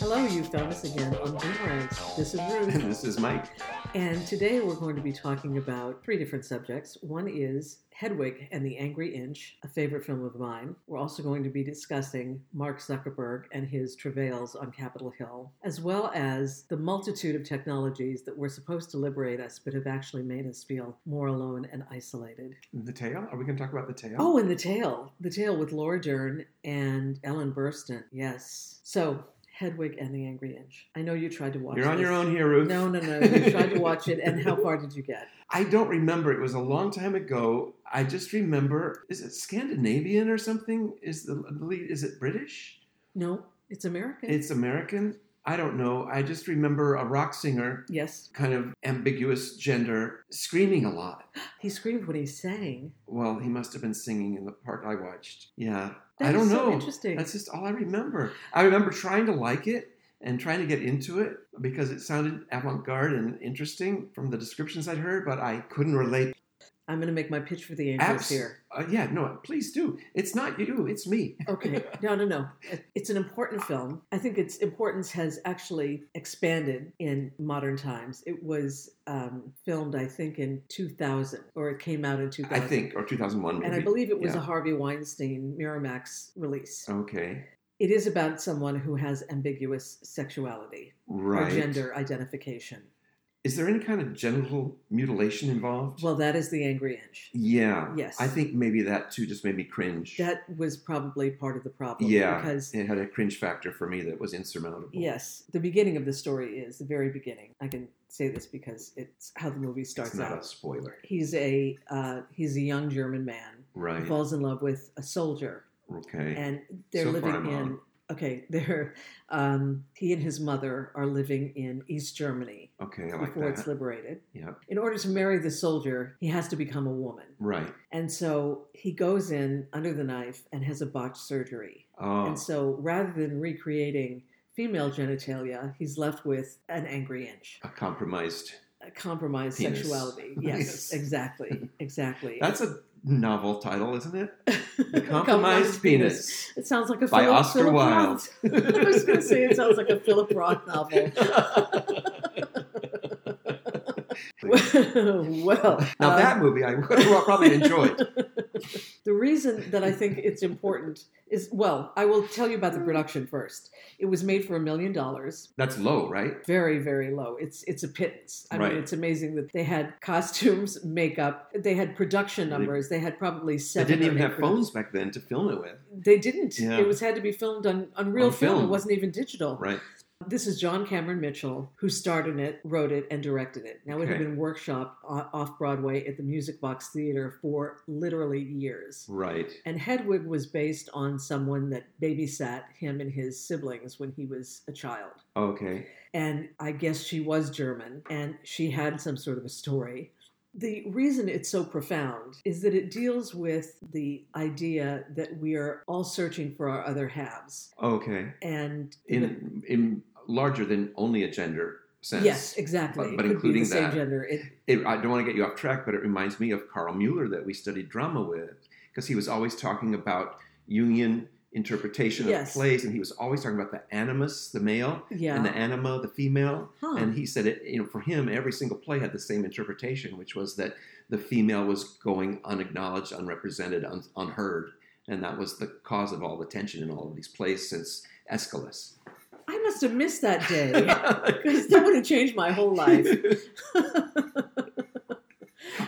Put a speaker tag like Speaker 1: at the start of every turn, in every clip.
Speaker 1: Hello, you found us again on Boomerangs. This is Ruth,
Speaker 2: And this is Mike.
Speaker 1: and today we're going to be talking about three different subjects. One is Hedwig and the Angry Inch, a favorite film of mine. We're also going to be discussing Mark Zuckerberg and his travails on Capitol Hill, as well as the multitude of technologies that were supposed to liberate us but have actually made us feel more alone and isolated.
Speaker 2: The tail? Are we going to talk about the tail?
Speaker 1: Oh, and the tale. The tale with Laura Dern and Ellen Burstyn. Yes. So, Hedwig and the Angry Inch. I know you tried to watch
Speaker 2: you're on
Speaker 1: this.
Speaker 2: your own here, Ruth.
Speaker 1: No, no, no. You tried to watch it, and how far did you get?
Speaker 2: I don't remember. It was a long time ago. I just remember. Is it Scandinavian or something? Is the the lead? Is it British?
Speaker 1: No, it's American.
Speaker 2: It's American. I don't know. I just remember a rock singer,
Speaker 1: yes.
Speaker 2: kind of ambiguous gender, screaming a lot.
Speaker 1: He screamed when he sang.
Speaker 2: Well, he must have been singing in the part I watched. Yeah,
Speaker 1: That
Speaker 2: I don't
Speaker 1: is so
Speaker 2: know.
Speaker 1: interesting.
Speaker 2: That's just all I remember. I remember trying to like it and trying to get into it because it sounded avant garde and interesting from the descriptions I'd heard, but I couldn't relate.
Speaker 1: I'm going to make my pitch for the angels
Speaker 2: Abs-
Speaker 1: here.
Speaker 2: Uh, yeah, no, please do. It's not you, it's me.
Speaker 1: Okay. No, no, no. It's an important film. I think its importance has actually expanded in modern times. It was um, filmed, I think, in 2000, or it came out in 2000.
Speaker 2: I think, or 2001 maybe.
Speaker 1: And I believe it was
Speaker 2: Yeah.
Speaker 1: a Harvey Weinstein Miramax release.
Speaker 2: Okay,
Speaker 1: It is about someone who has ambiguous sexuality
Speaker 2: right.
Speaker 1: or gender identification.
Speaker 2: Is there any kind of genital mutilation involved?
Speaker 1: Well, that is the angry inch.
Speaker 2: yeah.
Speaker 1: yes.
Speaker 2: I think maybe that too just made me cringe.
Speaker 1: That was probably part of the problem.
Speaker 2: Yeah.
Speaker 1: Because,
Speaker 2: it had a cringe factor for me that was insurmountable.
Speaker 1: yes, the beginning of the story is the very beginning. I can say this because it's how the movie
Speaker 2: It's
Speaker 1: starts
Speaker 2: not a
Speaker 1: out.
Speaker 2: spoiler.
Speaker 1: He's a uh, he's a young German man who
Speaker 2: Right.
Speaker 1: falls in love with a soldier,
Speaker 2: Okay.
Speaker 1: and they're
Speaker 2: So far
Speaker 1: living
Speaker 2: I'm
Speaker 1: in.
Speaker 2: on.
Speaker 1: Okay, they're um, he and his mother are living in East Germany
Speaker 2: okay, I like
Speaker 1: before
Speaker 2: that.
Speaker 1: it's liberated.
Speaker 2: yeah.
Speaker 1: In order to marry the soldier, he has to become a woman.
Speaker 2: Right.
Speaker 1: And so he goes in under the knife and has a botched surgery.
Speaker 2: Oh,
Speaker 1: And so rather than recreating female genitalia, he's left with an angry inch,
Speaker 2: a compromised.
Speaker 1: a compromised
Speaker 2: Penis.
Speaker 1: sexuality. Yes,
Speaker 2: Yes.
Speaker 1: exactly. Exactly.
Speaker 2: That's a novel title, isn't it? The
Speaker 1: Compromised
Speaker 2: compromised penis.
Speaker 1: It sounds like a
Speaker 2: By
Speaker 1: Philip,
Speaker 2: Oscar
Speaker 1: Philip
Speaker 2: Wilde.
Speaker 1: Roth. I was going to say it sounds like a Philip Roth novel. well,
Speaker 2: now
Speaker 1: um,
Speaker 2: that movie I would have probably enjoyed.
Speaker 1: The reason that I think it's important is well, I will tell you about the production first. It was made for a million dollars.
Speaker 2: That's low, right?
Speaker 1: Very, very low. It's it's a pittance. I
Speaker 2: Right.
Speaker 1: mean, it's amazing that they had costumes, makeup, they had production
Speaker 2: They-
Speaker 1: numbers. They had probably
Speaker 2: They
Speaker 1: seven.
Speaker 2: didn't even
Speaker 1: or eight
Speaker 2: have
Speaker 1: produ-
Speaker 2: phones back then to film it with,
Speaker 1: They didn't.
Speaker 2: Yeah.
Speaker 1: It was had to be filmed on, on real
Speaker 2: On
Speaker 1: film. It
Speaker 2: film.
Speaker 1: wasn't even digital.
Speaker 2: right?
Speaker 1: This is John Cameron Mitchell, who starred in it, wrote it, and directed it. Now it had
Speaker 2: Okay.
Speaker 1: been workshopped o- off Broadway at the Music Box Theater for literally years.
Speaker 2: Right.
Speaker 1: And Hedwig was based on someone that babysat him and his siblings when he was a child.
Speaker 2: Okay.
Speaker 1: And I guess she was German and she had some sort of a story. The reason it's so profound is that it deals with the idea that we are all searching for our other halves.
Speaker 2: Okay.
Speaker 1: And
Speaker 2: In in larger than only a gender sense.
Speaker 1: yes, exactly.
Speaker 2: But- but
Speaker 1: it could be
Speaker 2: including
Speaker 1: the same
Speaker 2: that.
Speaker 1: gender. It,
Speaker 2: It, I don't want to get you off track, but it reminds me of Carl Mueller that we studied drama with, because he was always talking about union interpretation
Speaker 1: Yes.
Speaker 2: of plays, and he was always talking about the animus, the male,
Speaker 1: yeah.
Speaker 2: and the anima, the female.
Speaker 1: Huh.
Speaker 2: And he said it, you know, for him, every single play had the same interpretation, which was that the female was going unacknowledged, unrepresented, un- unheard. And that was the cause of all the tension in all of these plays since Aeschylus.
Speaker 1: I must have missed that day because that would have changed my whole life.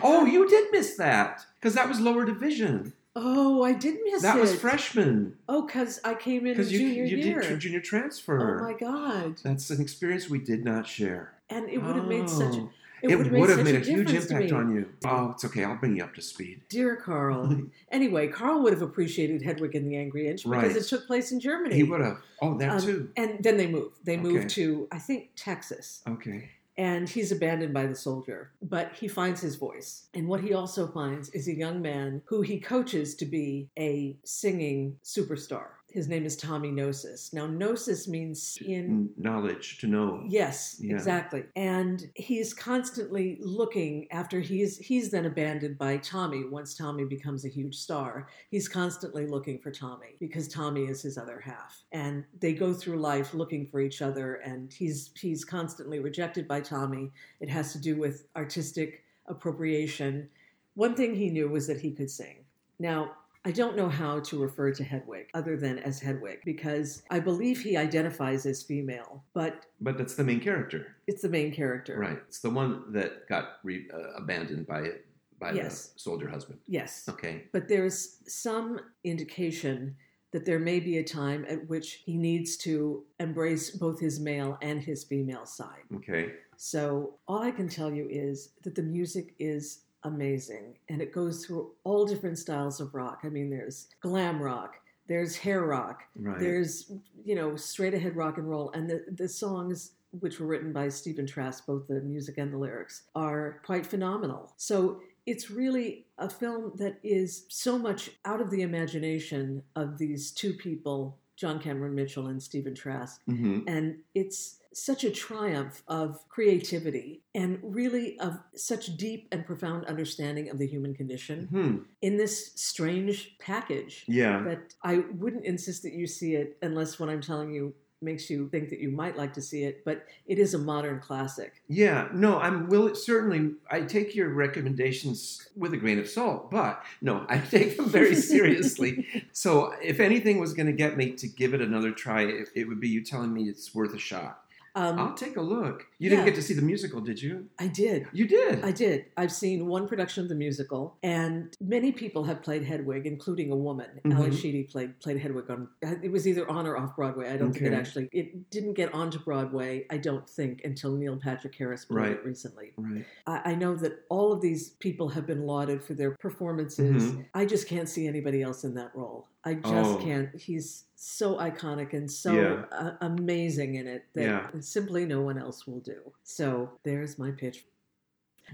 Speaker 2: oh, you did miss that because that was lower division.
Speaker 1: Oh, I did miss
Speaker 2: That
Speaker 1: it.
Speaker 2: was freshman
Speaker 1: Oh, because I came in
Speaker 2: because you,
Speaker 1: junior
Speaker 2: you
Speaker 1: year.
Speaker 2: did tr- junior transfer.
Speaker 1: Oh my god!
Speaker 2: That's an experience we did not share.
Speaker 1: And it would have made such
Speaker 2: Oh.
Speaker 1: it, would have made,
Speaker 2: would've
Speaker 1: such
Speaker 2: made a
Speaker 1: a
Speaker 2: huge
Speaker 1: difference to
Speaker 2: impact
Speaker 1: me.
Speaker 2: on you. Oh, it's okay. I'll bring you up to speed.
Speaker 1: Dear Carl. anyway, Carl would have appreciated Hedwig and the Angry Inch because
Speaker 2: Right.
Speaker 1: it took place in Germany.
Speaker 2: He would have. Oh, that
Speaker 1: Um,
Speaker 2: too.
Speaker 1: And then they moved. They moved
Speaker 2: Okay.
Speaker 1: to I think Texas,
Speaker 2: Okay.
Speaker 1: and he's abandoned by the soldier. But he finds his voice, and what he also finds is a young man who he coaches to be a singing superstar. His name is Tommy Gnosis. Now, Gnosis means in.
Speaker 2: N- knowledge to know.
Speaker 1: Yes,
Speaker 2: Yeah.
Speaker 1: exactly. And he's constantly looking after he's he's then abandoned by Tommy once Tommy becomes a huge star. He's constantly looking for Tommy because Tommy is his other half. And they go through life looking for each other and he's he's constantly rejected by Tommy. It has to do with artistic appropriation. One thing he knew was that he could sing. Now, I don't know how to refer to Hedwig other than as Hedwig because I believe he identifies as female, but
Speaker 2: But that's the main character,
Speaker 1: it's the main character.
Speaker 2: right? It's the one that got re- uh, abandoned by by
Speaker 1: Yes.
Speaker 2: the soldier husband.
Speaker 1: Yes.
Speaker 2: Okay,
Speaker 1: But there's some indication that there may be a time at which he needs to embrace both his male and his female side.
Speaker 2: okay.
Speaker 1: So all I can tell you is that the music is amazing and it goes through all different styles of rock. I mean, there's glam rock, there's hair rock,
Speaker 2: Right.
Speaker 1: there's you know straight ahead rock and roll and the, the songs which were written by stephen trask both the music and the lyrics are quite phenomenal so it's really a film that is so much out of the imagination of these two people john cameron mitchell and stephen trask
Speaker 2: hmm
Speaker 1: and it's such a triumph of creativity and really of such deep and profound understanding of the human condition
Speaker 2: hmm
Speaker 1: in this strange package
Speaker 2: Yeah.
Speaker 1: but I wouldn't insist that you see it unless what I'm telling you makes you think that you might like to see it. But it is a modern classic.
Speaker 2: Yeah, no, I'm will certainly. I take your recommendations with a grain of salt, but no, I take them very seriously. so, if anything was going to get me to give it another try, it, it would be you telling me it's worth a shot.
Speaker 1: Um,
Speaker 2: I'll take a look. You
Speaker 1: yeah.
Speaker 2: didn't get to see the musical, did you?
Speaker 1: I did.
Speaker 2: You did.
Speaker 1: I did. I've seen one production of the musical, and many people have played Hedwig, including a woman.
Speaker 2: Mhm.
Speaker 1: Ally Sheedy played played Hedwig on. It was either on or off Broadway. I don't think it
Speaker 2: Okay.
Speaker 1: actually. It didn't get onto Broadway. I don't think until Neil Patrick Harris played it
Speaker 2: Right.
Speaker 1: recently.
Speaker 2: right.
Speaker 1: I, I know that all of these people have been lauded for their performances.
Speaker 2: Mhm.
Speaker 1: I just can't see anybody else in that role. I just
Speaker 2: Oh.
Speaker 1: can't. He's so iconic and so
Speaker 2: Yeah.
Speaker 1: uh, amazing in it that
Speaker 2: Yeah.
Speaker 1: simply no one else will do. So there's my pitch.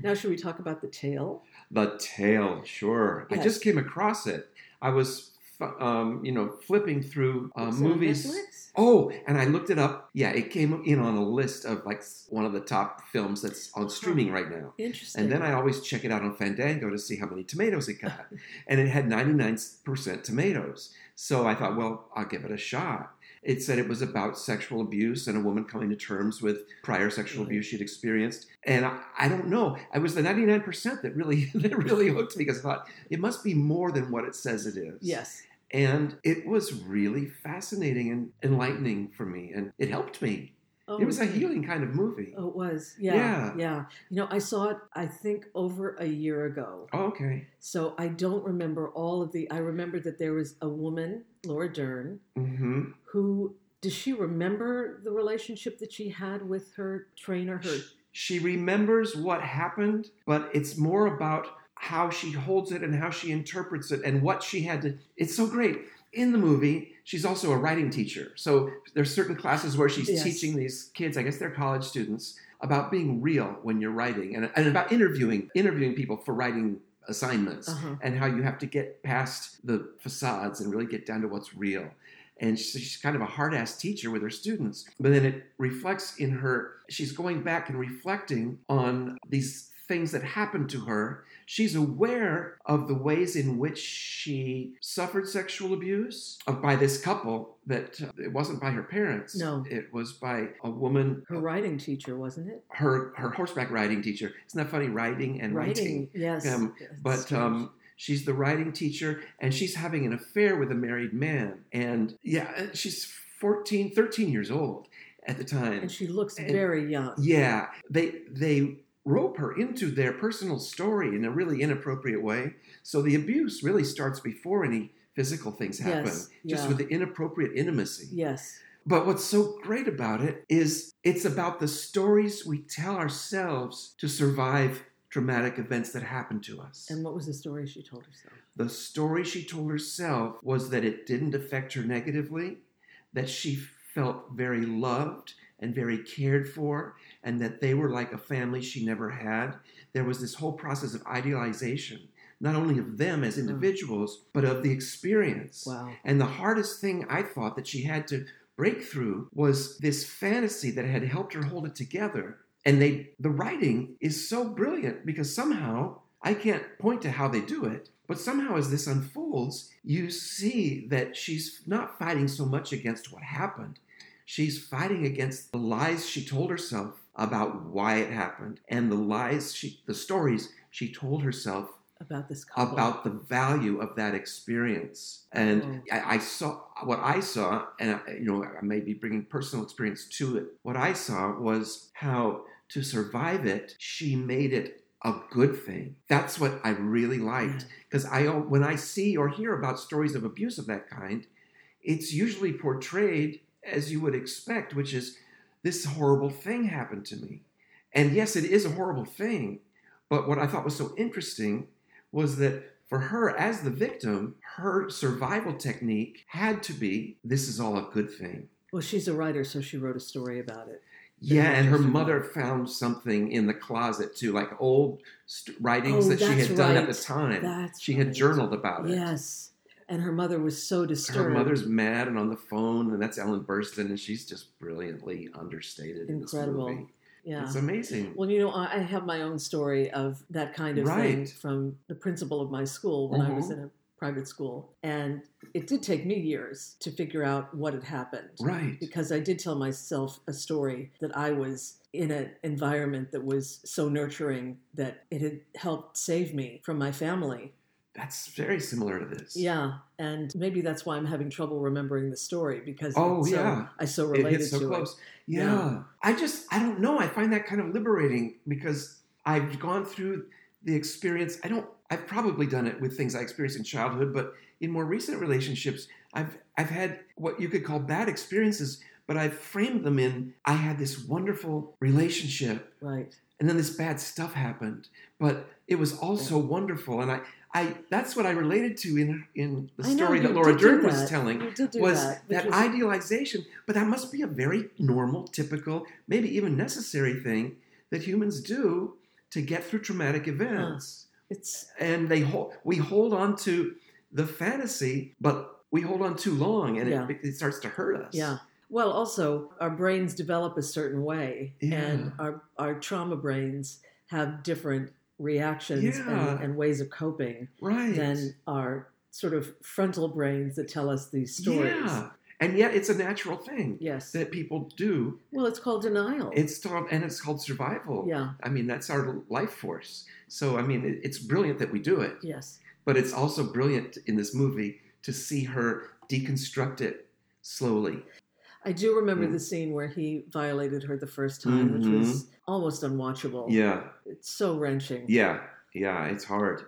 Speaker 1: Now, should we talk about the tale?
Speaker 2: The Tale, sure. I
Speaker 1: Yes.
Speaker 2: just came across it. I was, fu- um, you know, flipping through uh,
Speaker 1: It's on
Speaker 2: movies.
Speaker 1: Netflix?
Speaker 2: Oh, and I looked it up. Yeah, it came in on a list of like s- one of the top films that's on streaming right now.
Speaker 1: Uh-huh. Interesting.
Speaker 2: And then I always check it out on Fandango to see how many tomatoes it got. and it had 99% tomatoes. So I thought, well, I'll give it a shot. It said it was about sexual abuse and a woman coming to terms with prior sexual
Speaker 1: Right.
Speaker 2: abuse she'd experienced. And I, I don't know. It was the 99% that really that really hooked me because I thought it must be more than what it says it is.
Speaker 1: yes,
Speaker 2: And it was really fascinating and enlightening for me. And it helped me.
Speaker 1: oh,
Speaker 2: it was a healing kind of movie.
Speaker 1: Oh, it was. Yeah, yeah,
Speaker 2: Yeah.
Speaker 1: You know, I saw it. I think over a year ago.
Speaker 2: Oh, okay.
Speaker 1: So I don't remember all of the. I remember that there was a woman, Laura Dern,
Speaker 2: hmm
Speaker 1: who does she remember the relationship that she had with her trainer? Her
Speaker 2: She remembers what happened, but it's more about how she holds it and how she interprets it and what she had to. It's so great. In the movie, she's also a writing teacher. So there's certain classes where she's
Speaker 1: Yes.
Speaker 2: teaching these kids, I guess they're college students, about being real when you're writing and, and about interviewing, interviewing people for writing assignments
Speaker 1: Uh-huh.
Speaker 2: and how you have to get past the facades and really get down to what's real. And she- she's kind of a hard ass teacher with her students. But then it reflects in her, she's going back and reflecting on these things that happened to her. She's aware of the ways in which she suffered sexual abuse uh, by this couple that uh, it wasn't by her parents.
Speaker 1: No.
Speaker 2: It was by a woman,
Speaker 1: her writing teacher, wasn't it?
Speaker 2: her, her horseback riding teacher. Isn't that funny? Riding and writing
Speaker 1: yes.
Speaker 2: um,
Speaker 1: It's
Speaker 2: but
Speaker 1: strange.
Speaker 2: um, she's the writing teacher and she's having an affair with a married man and yeah uh, she's 14 13 years old at the time
Speaker 1: and she looks
Speaker 2: and-
Speaker 1: very young.
Speaker 2: yeah they they rope her into their personal story in a really inappropriate way so the abuse really starts before any physical things happen
Speaker 1: Yes,
Speaker 2: just
Speaker 1: yeah.
Speaker 2: with the inappropriate intimacy
Speaker 1: Yes,
Speaker 2: but what's so great about it is it's about the stories we tell ourselves to survive traumatic events that happen to us
Speaker 1: and what was the story she told herself?
Speaker 2: the story she told herself was that it didn't affect her negatively, that she felt very loved and very cared for, and that they were like a family she never had. There was this whole process of idealization not only of them as individuals, but of the experience.
Speaker 1: Wow.
Speaker 2: And the hardest thing I thought that she had to break through was this fantasy that had helped her hold it together. And they the writing is so brilliant because somehow I can't point to how they do it, but somehow as this unfolds, you see that she's not fighting so much against what happened. She's fighting against the lies she told herself about why it happened and the lies she the stories she told herself
Speaker 1: About this couple.
Speaker 2: about the value of that experience. And
Speaker 1: Oh.
Speaker 2: I, I saw what I saw, and I, you know, I may be bringing personal experience to it. What I saw was how to survive it, she made it a good thing. That's what I really liked because I al- when I see or hear about stories of abuse of that kind, it's usually portrayed as you would expect, which is this horrible thing happened to me. And yes, it is a horrible thing, but what I thought was so interesting was that for her as the victim, her survival technique had to be this is all a good thing.
Speaker 1: Well, she's a writer, so she wrote a story about it.
Speaker 2: Yeah, and her
Speaker 1: Interesting.
Speaker 2: mother found something in the closet too, like old st- writings
Speaker 1: Oh,
Speaker 2: that she
Speaker 1: that's
Speaker 2: had done at
Speaker 1: right.
Speaker 2: the time.
Speaker 1: That's
Speaker 2: she had
Speaker 1: right.
Speaker 2: journaled about it.
Speaker 1: Yes. And her mother was so disturbed.
Speaker 2: Her mother's mad and on the phone, and that's Ellen Burstyn, and she's just brilliantly understated.
Speaker 1: Incredible.
Speaker 2: In this movie.
Speaker 1: yeah.
Speaker 2: It's amazing.
Speaker 1: Well, you know, I I have my own story of that kind of thing
Speaker 2: Right.
Speaker 1: from the principal of my school when I was
Speaker 2: Mhm.
Speaker 1: in a private school. And it did take me years to figure out what had happened.
Speaker 2: right.
Speaker 1: Because I did tell myself a story that I was in an environment that was so nurturing that it had helped save me from my family.
Speaker 2: That's very similar to this.
Speaker 1: Yeah. And maybe that's why I'm having trouble remembering the story because
Speaker 2: Oh,
Speaker 1: it's so-
Speaker 2: yeah.
Speaker 1: I so
Speaker 2: It
Speaker 1: related
Speaker 2: hits so
Speaker 1: to
Speaker 2: close.
Speaker 1: it.
Speaker 2: Yeah.
Speaker 1: Yeah.
Speaker 2: I just, I don't know. I find that kind of liberating because I've gone through the experience. I don't, I've probably done it with things I experienced in childhood, but in more recent relationships, I've, I've had what you could call bad experiences, but I've framed them in I had this wonderful relationship
Speaker 1: Right.
Speaker 2: and then this bad stuff happened, but it was also wonderful. And I, I, that's what I related to in, in the
Speaker 1: I know,
Speaker 2: story
Speaker 1: you
Speaker 2: that Laura
Speaker 1: did do
Speaker 2: Dern was
Speaker 1: that.
Speaker 2: telling
Speaker 1: You did do
Speaker 2: was
Speaker 1: that.
Speaker 2: that,
Speaker 1: which was-
Speaker 2: idealization. But that must be a very normal, typical, maybe even necessary thing that humans do to get through traumatic events.
Speaker 1: it's
Speaker 2: And they hold, we hold on to the fantasy, but we hold on too long, and
Speaker 1: Yeah.
Speaker 2: it, it starts to hurt us.
Speaker 1: Yeah. Well, also, our brains develop a certain way, and
Speaker 2: Yeah.
Speaker 1: our, our trauma brains have different reactions
Speaker 2: Yeah.
Speaker 1: and, and ways of coping
Speaker 2: right.
Speaker 1: than our sort of frontal brains that tell us these stories.
Speaker 2: Yeah, and yet it's a natural thing
Speaker 1: Yes.
Speaker 2: that people do.
Speaker 1: well, it's called denial.
Speaker 2: It's called, and it's called survival.
Speaker 1: yeah.
Speaker 2: I mean, that's our life force. So, I mean, it, it's brilliant that we do it.
Speaker 1: Yes.
Speaker 2: but it's also brilliant in this movie to see her deconstruct it slowly.
Speaker 1: I do remember
Speaker 2: Mm.
Speaker 1: the scene where he violated her the first time, which was almost unwatchable.
Speaker 2: Mm-hmm. Yeah,
Speaker 1: It's so wrenching.
Speaker 2: yeah, yeah. It's hard,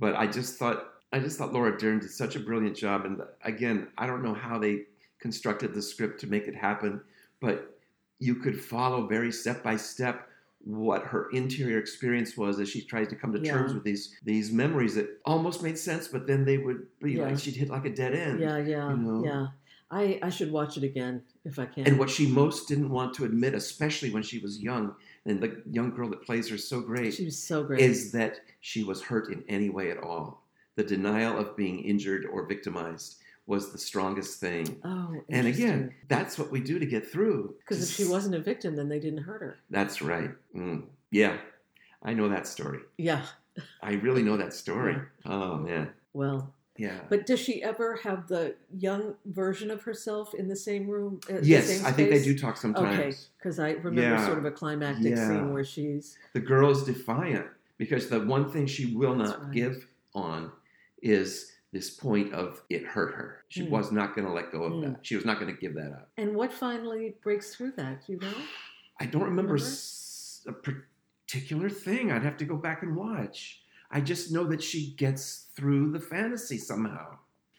Speaker 2: but I just thought I just thought Laura Dern did such a brilliant job. And again, I don't know how they constructed the script to make it happen, but you could follow very step by step what her interior experience was as she tries to come to
Speaker 1: Yeah.
Speaker 2: terms with these these memories that almost made sense, but then they would be
Speaker 1: Yeah.
Speaker 2: like she'd hit like a dead end.
Speaker 1: Yeah, yeah,
Speaker 2: You know?
Speaker 1: yeah. I, I should watch it again if I can.
Speaker 2: and what she most didn't want to admit, especially when she was young, and the young girl that plays her so great,
Speaker 1: she was so great.
Speaker 2: is that she was hurt in any way at all. The denial of being injured or victimized was the strongest thing.
Speaker 1: oh,
Speaker 2: And again, that's what we do to get through.
Speaker 1: Because if she wasn't a victim, then they didn't hurt her.
Speaker 2: That's right. Mm. Yeah, I know that story.
Speaker 1: Yeah.
Speaker 2: I really know that story. Oh, man.
Speaker 1: Well,
Speaker 2: Yeah.
Speaker 1: but does she ever have the young version of herself in the same room? uh, the
Speaker 2: yes,
Speaker 1: same
Speaker 2: I think they
Speaker 1: space?
Speaker 2: do talk sometimes.
Speaker 1: Okay, because I remember
Speaker 2: Yeah.
Speaker 1: sort of a climactic
Speaker 2: Yeah.
Speaker 1: scene where she's
Speaker 2: the girl is defiant because the one thing she will
Speaker 1: That's
Speaker 2: not
Speaker 1: right.
Speaker 2: give on is this point of it hurt her. She
Speaker 1: Hmm.
Speaker 2: was not going to let go of
Speaker 1: Hmm.
Speaker 2: that. She was not going to give that up.
Speaker 1: and what finally breaks through that? do You know,
Speaker 2: I don't remember
Speaker 1: Remember?
Speaker 2: s- a particular thing. I'd have to go back and watch. I just know that she gets through the fantasy somehow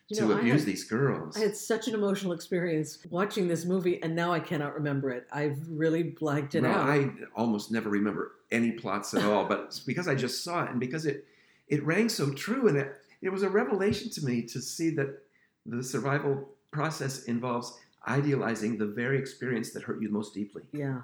Speaker 1: you
Speaker 2: to
Speaker 1: know, I
Speaker 2: abuse
Speaker 1: had,
Speaker 2: these girls.
Speaker 1: I had such an emotional experience watching this movie, and now I cannot remember it. I've really blanked it
Speaker 2: No,
Speaker 1: out.
Speaker 2: I almost never remember any plots at all, but it's because I just saw it and because it it rang so true and it, it was a revelation to me to see that the survival process involves idealizing the very experience that hurt you most deeply.
Speaker 1: yeah,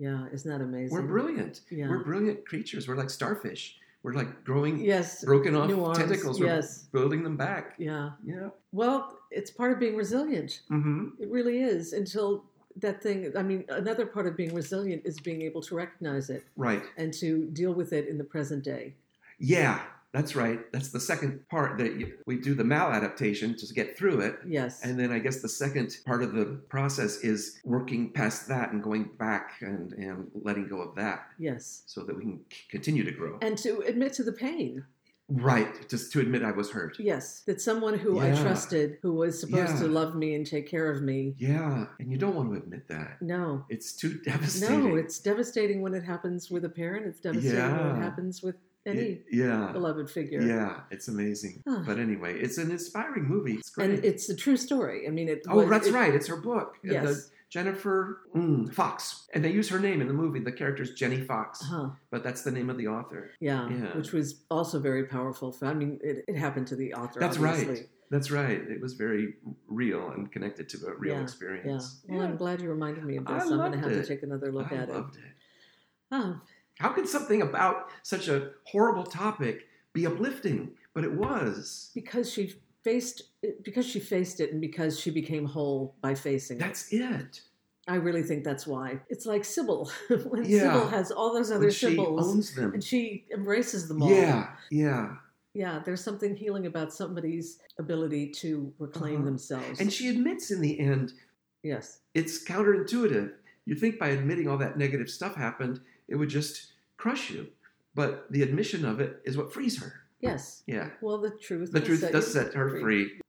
Speaker 1: yeah, isn't that amazing?
Speaker 2: We're brilliant.
Speaker 1: Yeah,
Speaker 2: We're brilliant creatures. We're like starfish. We're like growing
Speaker 1: Yes.
Speaker 2: broken off
Speaker 1: Nuance.
Speaker 2: tentacles. We're
Speaker 1: Yes.
Speaker 2: building them back.
Speaker 1: Yeah.
Speaker 2: Yeah.
Speaker 1: Well, it's part of being resilient.
Speaker 2: Mm-hmm.
Speaker 1: It really is until that thing. I mean, another part of being resilient is being able to recognize it
Speaker 2: Right.
Speaker 1: and to deal with it in the present day.
Speaker 2: Yeah, that's right. That's the second part that you, we do the maladaptation to get through it.
Speaker 1: Yes.
Speaker 2: And then I guess the second part of the process is working past that and going back and, and letting go of that
Speaker 1: yes.
Speaker 2: so that we can c- continue to grow.
Speaker 1: And to admit to the pain.
Speaker 2: right, just to admit I was hurt.
Speaker 1: Yes. That someone who I
Speaker 2: Yeah.
Speaker 1: trusted, who was supposed to
Speaker 2: Yeah.
Speaker 1: love me and take care of me,
Speaker 2: Yeah, and you don't want to admit that.
Speaker 1: no.
Speaker 2: It's too devastating.
Speaker 1: No, it's devastating when it happens with a parent. It's devastating when
Speaker 2: Yeah.
Speaker 1: it happens with any
Speaker 2: It- yeah.
Speaker 1: beloved figure.
Speaker 2: Yeah, it's amazing.
Speaker 1: Huh.
Speaker 2: But anyway, it's an inspiring movie. It's great.
Speaker 1: And it's a true story. I mean, it.
Speaker 2: oh,
Speaker 1: was-
Speaker 2: that's
Speaker 1: it-
Speaker 2: right. It's her book. The-
Speaker 1: Yes.
Speaker 2: Jennifer mm, Fox. And they use her name in the movie. The character's Jenny Fox,
Speaker 1: Huh.
Speaker 2: but that's the name of the author.
Speaker 1: Yeah,
Speaker 2: Yeah.
Speaker 1: Which was also very powerful. I mean, it, it happened to the author.
Speaker 2: That's right.
Speaker 1: obviously.
Speaker 2: That's right. It was very real and connected to a real
Speaker 1: Yeah, Yeah.
Speaker 2: experience.
Speaker 1: Well, I'm glad you reminded me of
Speaker 2: I
Speaker 1: this. I'm going to
Speaker 2: loved
Speaker 1: have to
Speaker 2: it.
Speaker 1: take another look
Speaker 2: I
Speaker 1: at it.
Speaker 2: loved it.
Speaker 1: Oh,
Speaker 2: How could something about such a horrible topic be uplifting? But it was.
Speaker 1: because she faced because she faced it and because she became whole by facing it.
Speaker 2: That's it.
Speaker 1: I really think that's why. It's like Sybil. when
Speaker 2: Yeah.
Speaker 1: Sybil has all those other
Speaker 2: When she
Speaker 1: Sybils
Speaker 2: owns them.
Speaker 1: and she embraces them all.
Speaker 2: Yeah, yeah.
Speaker 1: Yeah, there's something healing about somebody's ability to reclaim
Speaker 2: Uh-huh.
Speaker 1: themselves.
Speaker 2: And she admits in the end
Speaker 1: yes.
Speaker 2: it's counterintuitive. You think by admitting all that negative stuff happened, it would just crush you. But the admission of it is what frees her.
Speaker 1: Yes.
Speaker 2: Yeah.
Speaker 1: Well, the truth
Speaker 2: The
Speaker 1: will
Speaker 2: truth
Speaker 1: set
Speaker 2: does
Speaker 1: you
Speaker 2: set her free.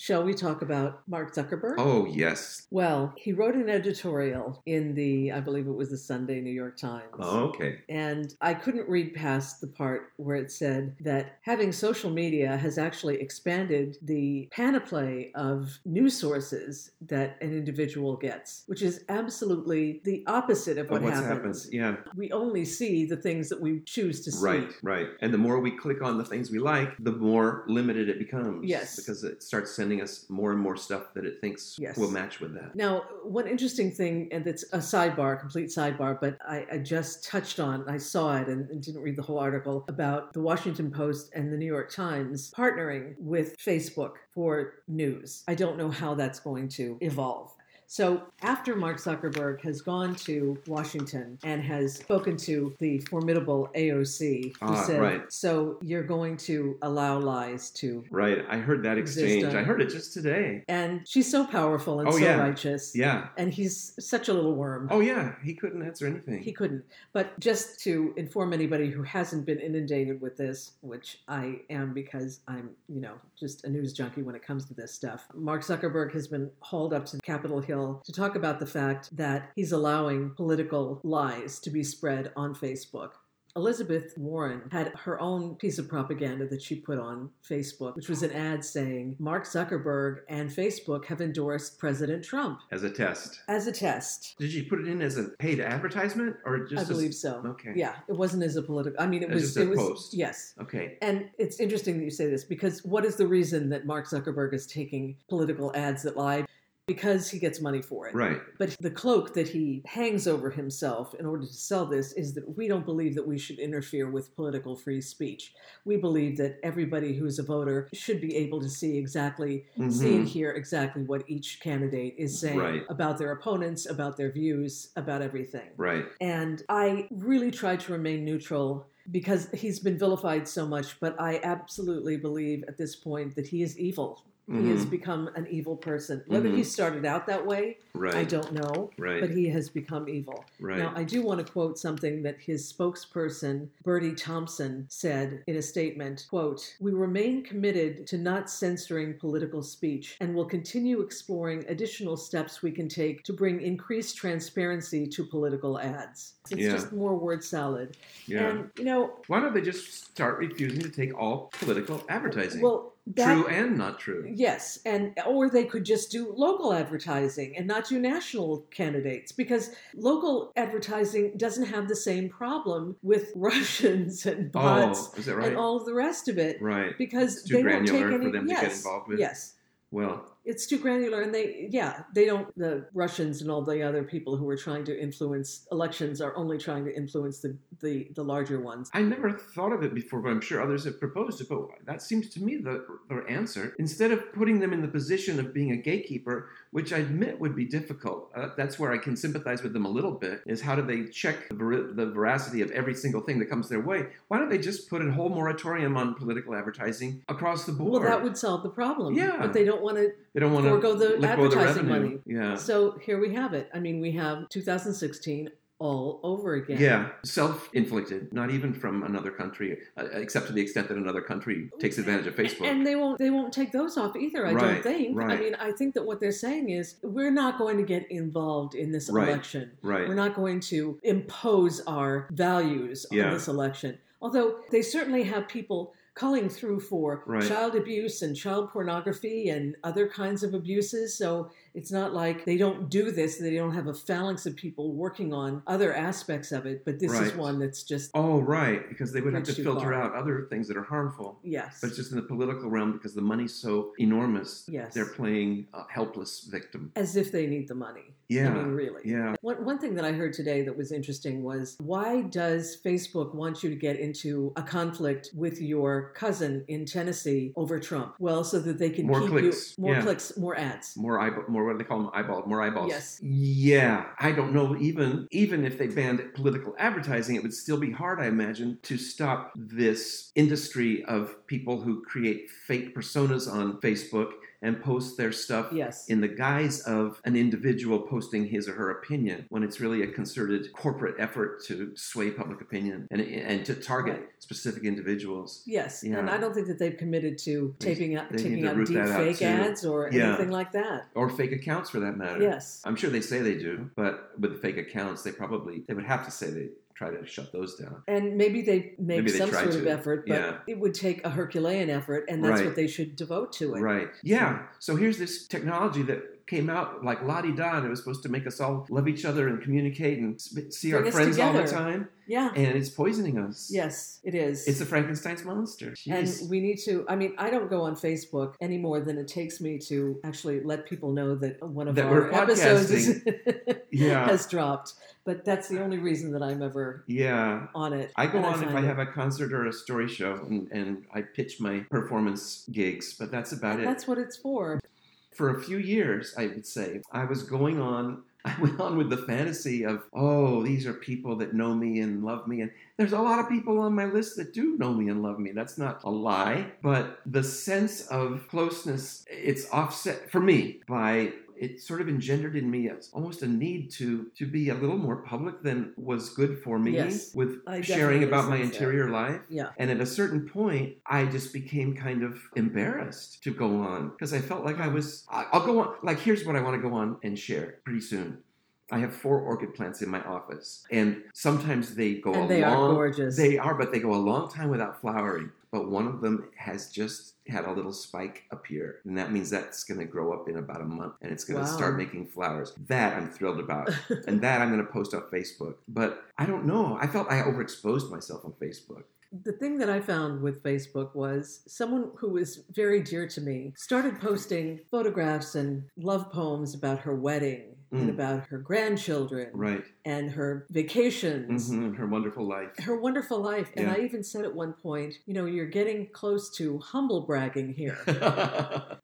Speaker 1: Shall we talk about Mark Zuckerberg?
Speaker 2: Oh, yes.
Speaker 1: Well, he wrote an editorial in the, I believe it was the Sunday New York Times.
Speaker 2: Okay.
Speaker 1: And I couldn't read past the part where it said that having social media has actually expanded the panoply of news sources that an individual gets, which is absolutely the opposite of what
Speaker 2: what's
Speaker 1: happens.
Speaker 2: happened? Yeah.
Speaker 1: We only see the things that we choose to see.
Speaker 2: Right, right. And the more we click on the things we like, the more limited it becomes.
Speaker 1: Yes.
Speaker 2: Because it starts sending us more and more stuff that it thinks
Speaker 1: Yes.
Speaker 2: will match with that.
Speaker 1: Now, one interesting thing, and it's a sidebar, complete sidebar, but I, I just touched on, I saw it and, and didn't read the whole article about the Washington Post and the New York Times partnering with Facebook for news. I don't know how that's going to evolve. So, after Mark Zuckerberg has gone to Washington and has spoken to the formidable AOC, who
Speaker 2: Ah,
Speaker 1: said,
Speaker 2: right.
Speaker 1: So, you're going to allow lies to.
Speaker 2: Right. I heard that
Speaker 1: Exist
Speaker 2: exchange.
Speaker 1: on-
Speaker 2: I heard it just today.
Speaker 1: And she's so powerful and
Speaker 2: Oh,
Speaker 1: so
Speaker 2: yeah.
Speaker 1: righteous.
Speaker 2: Yeah.
Speaker 1: And he's such a little worm.
Speaker 2: Oh, yeah. He couldn't answer anything.
Speaker 1: He couldn't. But just to inform anybody who hasn't been inundated with this, which I am because I'm, you know, just a news junkie when it comes to this stuff, Mark Zuckerberg has been hauled up to Capitol Hill to talk about the fact that he's allowing political lies to be spread on Facebook. Elizabeth Warren had her own piece of propaganda that she put on Facebook, which was an ad saying, Mark Zuckerberg and Facebook have endorsed President Trump
Speaker 2: As a test.
Speaker 1: as a test.
Speaker 2: Did you put it in as a paid advertisement or just
Speaker 1: I
Speaker 2: as-
Speaker 1: believe so.
Speaker 2: Okay.
Speaker 1: Yeah, it wasn't as a political. I mean, it
Speaker 2: It's
Speaker 1: was.
Speaker 2: just a
Speaker 1: it was
Speaker 2: post.
Speaker 1: yes.
Speaker 2: Okay.
Speaker 1: And it's interesting that you say this because what is the reason that Mark Zuckerberg is taking political ads that lie? Because he gets money for it.
Speaker 2: Right.
Speaker 1: But the cloak that he hangs over himself in order to sell this is that we don't believe that we should interfere with political free speech. We believe that everybody who is a voter should be able to see exactly, see and
Speaker 2: Mhm.
Speaker 1: hear exactly what each candidate is saying
Speaker 2: Right.
Speaker 1: about their opponents, about their views, about everything.
Speaker 2: Right.
Speaker 1: And I really try to remain neutral because he's been vilified so much, but I absolutely believe at this point that he is evil. He has
Speaker 2: Mhm.
Speaker 1: become an evil person. Whether he
Speaker 2: Mhm.
Speaker 1: started out that way,
Speaker 2: Right.
Speaker 1: I don't know,
Speaker 2: Right.
Speaker 1: but he has become evil.
Speaker 2: right.
Speaker 1: Now, I do want to quote something that his spokesperson, Bertie Thompson, said in a statement, quote, "We remain committed to not censoring political speech and will continue exploring additional steps we can take to bring increased transparency to political ads." It's
Speaker 2: Yeah.
Speaker 1: just more word salad.
Speaker 2: yeah.
Speaker 1: And you know,
Speaker 2: Why don't they just start refusing to take all political advertising?
Speaker 1: well, that
Speaker 2: true and not true.
Speaker 1: Yes, and or they could just do local advertising and not do national candidates because local advertising doesn't have the same problem with Russians and bots
Speaker 2: oh, is that right?
Speaker 1: and all of the rest of it
Speaker 2: right.
Speaker 1: because
Speaker 2: It's too
Speaker 1: they won't take
Speaker 2: granular for
Speaker 1: any.
Speaker 2: them to
Speaker 1: yes,
Speaker 2: get involved with.
Speaker 1: yes,
Speaker 2: Well,
Speaker 1: it's too granular and they yeah they don't the russians and all the other people who are trying to influence elections are only trying to influence the the, the larger ones
Speaker 2: I never thought of it before, but I'm sure others have proposed it. But that seems to me the, the answer. Instead of putting them in the position of being a gatekeeper, which I admit would be difficult, uh, that's where I can sympathize with them a little bit, is how do they check the, ver- the veracity of every single thing that comes their way? Why don't they just put a whole moratorium on political advertising across the
Speaker 1: well
Speaker 2: board?
Speaker 1: that would solve the problem
Speaker 2: Yeah.
Speaker 1: but they don't want to
Speaker 2: they don't want to
Speaker 1: forego the
Speaker 2: let go of the
Speaker 1: advertising
Speaker 2: revenue.
Speaker 1: money.
Speaker 2: Yeah.
Speaker 1: so here we have it i mean we have 2016 all over again
Speaker 2: Yeah, self inflicted, not even from another country, uh, except to the extent that another country takes advantage of Facebook.
Speaker 1: And they won't they won't take those off either, I don't
Speaker 2: Right,
Speaker 1: think.
Speaker 2: right.
Speaker 1: I mean, I think that what they're saying is we're not going to get involved in this
Speaker 2: Right,
Speaker 1: election.
Speaker 2: right.
Speaker 1: We're not going to impose our values
Speaker 2: Yeah.
Speaker 1: on this election. Although they certainly have people calling through for
Speaker 2: Right.
Speaker 1: child abuse and child pornography and other kinds of abuses. So it's not like they don't do this, they don't have a phalanx of people working on other aspects of it, but this is
Speaker 2: Right.
Speaker 1: one that's just
Speaker 2: Oh, right, because they would have
Speaker 1: Bridge
Speaker 2: to
Speaker 1: too
Speaker 2: filter
Speaker 1: far.
Speaker 2: out other things that are harmful.
Speaker 1: yes.
Speaker 2: But it's just in the political realm because the money's so enormous,
Speaker 1: Yes.
Speaker 2: they're playing a helpless victim.
Speaker 1: as if they need the money.
Speaker 2: Yeah.
Speaker 1: I mean, really.
Speaker 2: Yeah,
Speaker 1: One, one thing that I heard today that was interesting was why does Facebook want you to get into a conflict with your cousin in Tennessee over Trump? Well, so that they can
Speaker 2: More
Speaker 1: keep
Speaker 2: clicks.
Speaker 1: you more
Speaker 2: Yeah.
Speaker 1: clicks, more ads.
Speaker 2: more eyeball, more what do they call them? Eyeball, more eyeballs.
Speaker 1: Yes.
Speaker 2: Yeah, I don't know. Even even if they banned political advertising, it would still be hard, I imagine, to stop this industry of people who create fake personas on Facebook and post their stuff
Speaker 1: Yes.
Speaker 2: in the guise of an individual posting his or her opinion when it's really a concerted corporate effort to sway public opinion and, and to target
Speaker 1: Right.
Speaker 2: specific individuals.
Speaker 1: Yes, and
Speaker 2: Yeah.
Speaker 1: I don't think that they've committed to
Speaker 2: They-
Speaker 1: taping out,
Speaker 2: they need
Speaker 1: taking
Speaker 2: to
Speaker 1: out
Speaker 2: root
Speaker 1: deep
Speaker 2: that out,
Speaker 1: fake
Speaker 2: too.
Speaker 1: ads or
Speaker 2: Yeah. Uh,
Speaker 1: anything like that.
Speaker 2: Or fake accounts for that matter.
Speaker 1: Yes,
Speaker 2: I'm sure they say they do, but with the fake accounts, they probably they would have to say they try to shut those down.
Speaker 1: and maybe they make
Speaker 2: Maybe they
Speaker 1: some
Speaker 2: try
Speaker 1: sort of
Speaker 2: to.
Speaker 1: effort, but
Speaker 2: Yeah.
Speaker 1: it would take a Herculean effort, and that's
Speaker 2: Right.
Speaker 1: what they should devote to it.
Speaker 2: Right. Yeah. So here's this technology that came out like la di da, and it was supposed to make us all love each other and communicate and sp- see our
Speaker 1: Bring us
Speaker 2: friends all the
Speaker 1: together.
Speaker 2: time,
Speaker 1: Yeah.
Speaker 2: and it's poisoning us.
Speaker 1: Yes, it is.
Speaker 2: It's a Frankenstein's monster. Jeez.
Speaker 1: And we need to, I mean, I don't go on Facebook any more than it takes me to actually let people know that one of
Speaker 2: That
Speaker 1: our
Speaker 2: we're
Speaker 1: episodes is-
Speaker 2: yeah.
Speaker 1: has dropped. But that's the only reason that I'm ever
Speaker 2: Yeah.
Speaker 1: on it.
Speaker 2: I go
Speaker 1: And
Speaker 2: on if
Speaker 1: find
Speaker 2: I
Speaker 1: it-
Speaker 2: have a concert or a story show and, and I pitch my performance gigs, but that's about
Speaker 1: and
Speaker 2: it.
Speaker 1: that's what it's for.
Speaker 2: for a few years, I would say, I was going on. I went on with the fantasy of, oh, these are people that know me and love me. And there's a lot of people on my list that do know me and love me. That's not a lie. But the sense of closeness, it's offset for me by it sort of engendered in me as almost a need to to be a little more public than was good for me
Speaker 1: Yes.
Speaker 2: with
Speaker 1: I
Speaker 2: sharing
Speaker 1: definitely
Speaker 2: about my
Speaker 1: sense that.
Speaker 2: interior life.
Speaker 1: Yeah.
Speaker 2: And at a certain point, I just became kind of embarrassed to go on because I felt like I was, I- I'll go on. Like, here's what I want to go on and share pretty soon. I have four orchid plants in my office, and sometimes they go a
Speaker 1: And they
Speaker 2: long,
Speaker 1: are gorgeous.
Speaker 2: They are, but they go a long time without flowering. But one of them has just had a little spike appear, and that means that's going to grow up in about a month, and it's going to
Speaker 1: Wow.
Speaker 2: start making flowers. That I'm thrilled about and that I'm going to post on Facebook. But I don't know. I felt I overexposed myself on Facebook.
Speaker 1: the thing that I found with Facebook was someone who was very dear to me started posting photographs and love poems about her wedding and
Speaker 2: Mm.
Speaker 1: about her grandchildren
Speaker 2: Right.
Speaker 1: and her vacations.
Speaker 2: hmm Her wonderful life.
Speaker 1: her wonderful life. And
Speaker 2: Yeah.
Speaker 1: I even said at one point, you know, you're getting close to humble bragging here.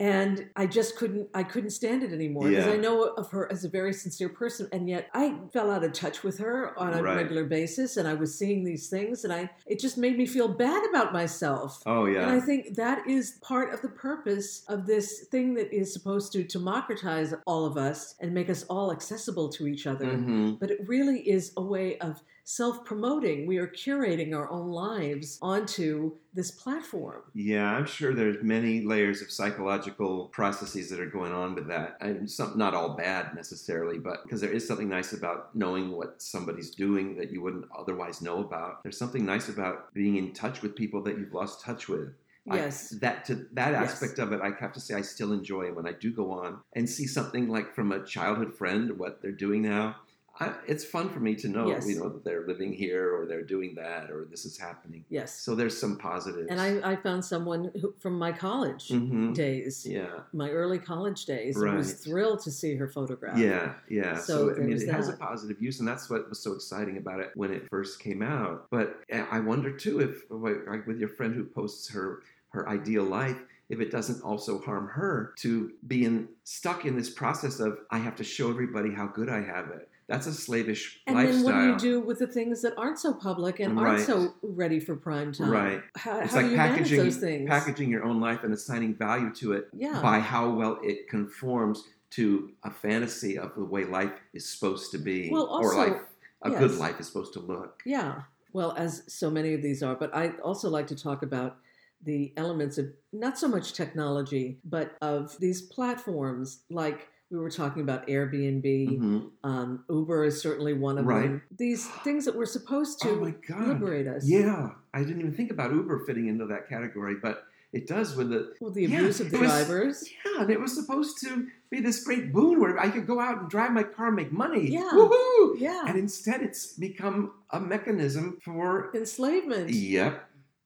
Speaker 1: and I just couldn't I couldn't stand it anymore because
Speaker 2: Yeah.
Speaker 1: I know of her as a very sincere person and yet I fell out of touch with her on a
Speaker 2: Right.
Speaker 1: regular basis and I was seeing these things and I it just made me feel bad about myself.
Speaker 2: oh yeah.
Speaker 1: And I think that is part of the purpose of this thing that is supposed to democratize all of us and make us all accessible to each other
Speaker 2: Mhm.
Speaker 1: but it really is a way of self promoting. We are curating our own lives onto this platform.
Speaker 2: Yeah, I'm sure there's many layers of psychological processes that are going on with that. I'm some, not all bad necessarily, but because there is something nice about knowing what somebody's doing that you wouldn't otherwise know about. There's something nice about being in touch with people that you've lost touch with. I-
Speaker 1: Yes.
Speaker 2: that to that
Speaker 1: Yes.
Speaker 2: aspect of it, I have to say I still enjoy when I do go on and see something like from a childhood friend what they're doing now. I, it's fun for me to know,
Speaker 1: Yes.
Speaker 2: you know, that they're living here or they're doing that or this is happening.
Speaker 1: Yes.
Speaker 2: So there's some positives.
Speaker 1: And I, I found someone who, from my college
Speaker 2: Mhm.
Speaker 1: days,
Speaker 2: yeah,
Speaker 1: my early college days, I was
Speaker 2: Right.
Speaker 1: thrilled to see her photograph.
Speaker 2: yeah, yeah.
Speaker 1: So
Speaker 2: So, I
Speaker 1: there
Speaker 2: mean,
Speaker 1: was
Speaker 2: it has a
Speaker 1: that.
Speaker 2: positive use, and that's what was so exciting about it when it first came out. But eh, I wonder too if, like, with your friend who posts her her ideal life, if it doesn't also harm her to being stuck in this process of I have to show everybody how good I have it. That's a slavish
Speaker 1: And then
Speaker 2: lifestyle.
Speaker 1: what do you do with the things that aren't so public and aren't
Speaker 2: Right.
Speaker 1: so ready for prime time?
Speaker 2: Right.
Speaker 1: How,
Speaker 2: It's
Speaker 1: how
Speaker 2: like
Speaker 1: do you
Speaker 2: packaging
Speaker 1: manage those things?
Speaker 2: packaging your own life and assigning value to it
Speaker 1: yeah.
Speaker 2: by how well it conforms to a fantasy of the way life is supposed to be
Speaker 1: Well,
Speaker 2: or
Speaker 1: also-
Speaker 2: life a good
Speaker 1: yes.
Speaker 2: life is supposed to look
Speaker 1: Yeah. Well, as so many of these are, but I also like to talk about the elements of not so much technology, but of these platforms like we were talking about Airbnb,
Speaker 2: Mhm.
Speaker 1: um, Uber is certainly one of
Speaker 2: Right.
Speaker 1: them. These things that were supposed
Speaker 2: oh my
Speaker 1: to
Speaker 2: god
Speaker 1: liberate us.
Speaker 2: yeah i didn't even think about uber fitting into that category but it does with the
Speaker 1: Well, the
Speaker 2: Yeah,
Speaker 1: abuse of the
Speaker 2: it was-
Speaker 1: drivers.
Speaker 2: yeah and it was supposed to be this great boon where i could go out and drive my car and make money
Speaker 1: Yeah.
Speaker 2: woohoo
Speaker 1: Yeah.
Speaker 2: and instead it's become a mechanism for
Speaker 1: Enslavement.
Speaker 2: yep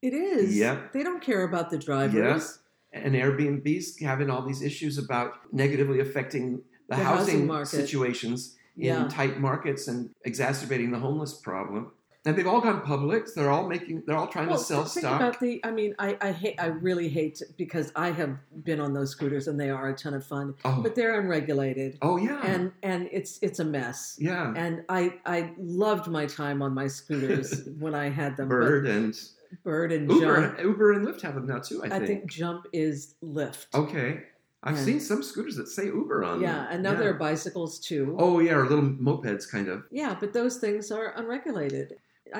Speaker 1: It is.
Speaker 2: Yep.
Speaker 1: They don't care about the drivers.
Speaker 2: and Airbnb's having all these issues about negatively affecting
Speaker 1: The
Speaker 2: the,
Speaker 1: housing
Speaker 2: housing,
Speaker 1: market.
Speaker 2: situations in
Speaker 1: Yeah.
Speaker 2: tight markets and exacerbating the homeless problem. And they've all gone public. so They're all making. They're all trying
Speaker 1: Well,
Speaker 2: to sell
Speaker 1: think
Speaker 2: stock.
Speaker 1: about the. I mean, I, I hate. I really hate because I have been on those scooters and they are a ton of fun,
Speaker 2: oh,
Speaker 1: but they're unregulated
Speaker 2: oh yeah,
Speaker 1: and and it's it's a mess.
Speaker 2: yeah.
Speaker 1: And I I loved my time on my scooters when I had them. but
Speaker 2: Bird and
Speaker 1: Bird and
Speaker 2: Uber,
Speaker 1: Jump.
Speaker 2: Uber and Lyft have them now too. I
Speaker 1: I
Speaker 2: think. Oh,
Speaker 1: think Jump is Lyft.
Speaker 2: Okay, I've
Speaker 1: Yeah.
Speaker 2: seen some scooters that say Uber on. them.
Speaker 1: yeah, and now there are bicycles too.
Speaker 2: Oh yeah, or little mopeds, kind of.
Speaker 1: Yeah, but those things are unregulated.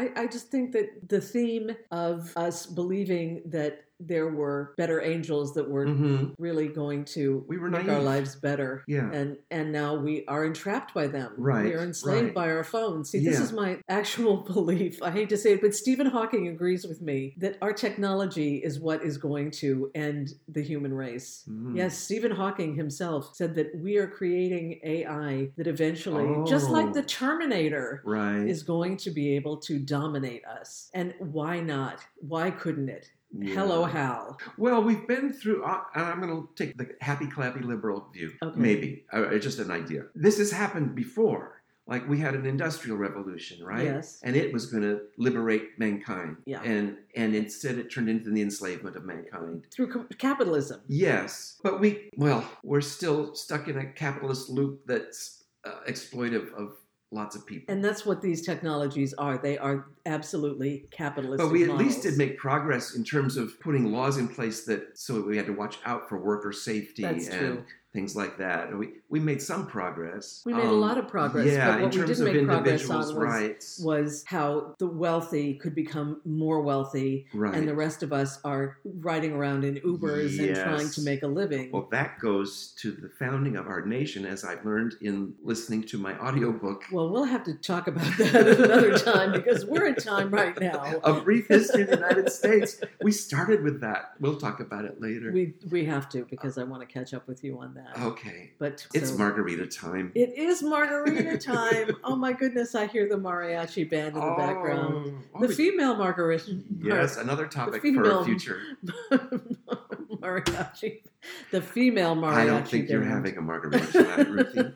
Speaker 1: I, I just think that the theme of us believing that there were better angels that were
Speaker 2: hmm
Speaker 1: really going to
Speaker 2: We were
Speaker 1: make
Speaker 2: naive.
Speaker 1: our lives better.
Speaker 2: Yeah.
Speaker 1: And and now we are entrapped by them.
Speaker 2: Right,
Speaker 1: We are enslaved
Speaker 2: right.
Speaker 1: by our phones. See, this
Speaker 2: Yeah.
Speaker 1: is my actual belief. I hate to say it, but Stephen Hawking agrees with me that our technology is what is going to end the human race.
Speaker 2: Mhm.
Speaker 1: Yes, Stephen Hawking himself said that we are creating AI that eventually, just like
Speaker 2: Oh.
Speaker 1: the Terminator,
Speaker 2: Right.
Speaker 1: is going to be able to dominate us. And why not? Why couldn't it?
Speaker 2: Yeah.
Speaker 1: Hello, Hal.
Speaker 2: Well, we've been through, uh, and I'm going to take the happy, clappy liberal view,
Speaker 1: Okay.
Speaker 2: maybe. Uh, It's just an idea. This has happened before. Like we had an industrial revolution, right?
Speaker 1: Yes.
Speaker 2: And it was going to liberate mankind.
Speaker 1: Yeah.
Speaker 2: And and instead, it turned into the enslavement of mankind.
Speaker 1: Through com- capitalism.
Speaker 2: Yes, but we well, we're still stuck in a capitalist loop that's uh, exploitive of lots of people.
Speaker 1: And that's what these technologies are. They are absolutely capitalistic.
Speaker 2: But we at least
Speaker 1: models.
Speaker 2: did make progress in terms of putting laws in place that so we had to watch out for worker safety
Speaker 1: That's
Speaker 2: and
Speaker 1: true.
Speaker 2: things like that. And we we made some progress.
Speaker 1: We made a
Speaker 2: Um,
Speaker 1: lot of progress,
Speaker 2: Yeah,
Speaker 1: but what
Speaker 2: in
Speaker 1: we
Speaker 2: terms
Speaker 1: didn't
Speaker 2: of
Speaker 1: make progress on
Speaker 2: individuals'
Speaker 1: was,
Speaker 2: rights.
Speaker 1: was how the wealthy could become more wealthy,
Speaker 2: right.
Speaker 1: and the rest of us are riding around in Ubers and
Speaker 2: Yes.
Speaker 1: trying to make a living.
Speaker 2: well, that goes to the founding of our nation, as I've learned in listening to my audiobook.
Speaker 1: Well, we'll have to talk about that another time because we're in time right now.
Speaker 2: A brief history of the United States. We started with that. We'll talk about it later.
Speaker 1: We we have to because I want to catch up with you on that.
Speaker 2: okay,
Speaker 1: But
Speaker 2: Oh, it's
Speaker 1: so-
Speaker 2: margarita time.
Speaker 1: It is margarita time. oh my goodness! I hear the mariachi band in the background.
Speaker 2: Oh,
Speaker 1: The
Speaker 2: we-
Speaker 1: female margarita.
Speaker 2: Yes, another topic for
Speaker 1: female-
Speaker 2: a future.
Speaker 1: mariachi. The female mariachi.
Speaker 2: I don't think you're
Speaker 1: band.
Speaker 2: having a margarita tonight, Ruthie.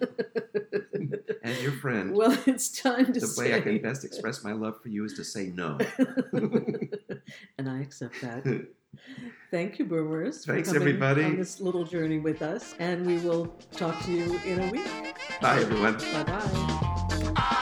Speaker 2: As your friend,
Speaker 1: Well, it's time to
Speaker 2: the
Speaker 1: say,
Speaker 2: way I can best express my love for you is to say no.
Speaker 1: and I accept that. Thank you, Boomers. for
Speaker 2: Thanks,
Speaker 1: coming
Speaker 2: everybody.
Speaker 1: on this little journey with us, and we will talk to you in a week.
Speaker 2: Bye, everyone.
Speaker 1: Bye bye.
Speaker 3: I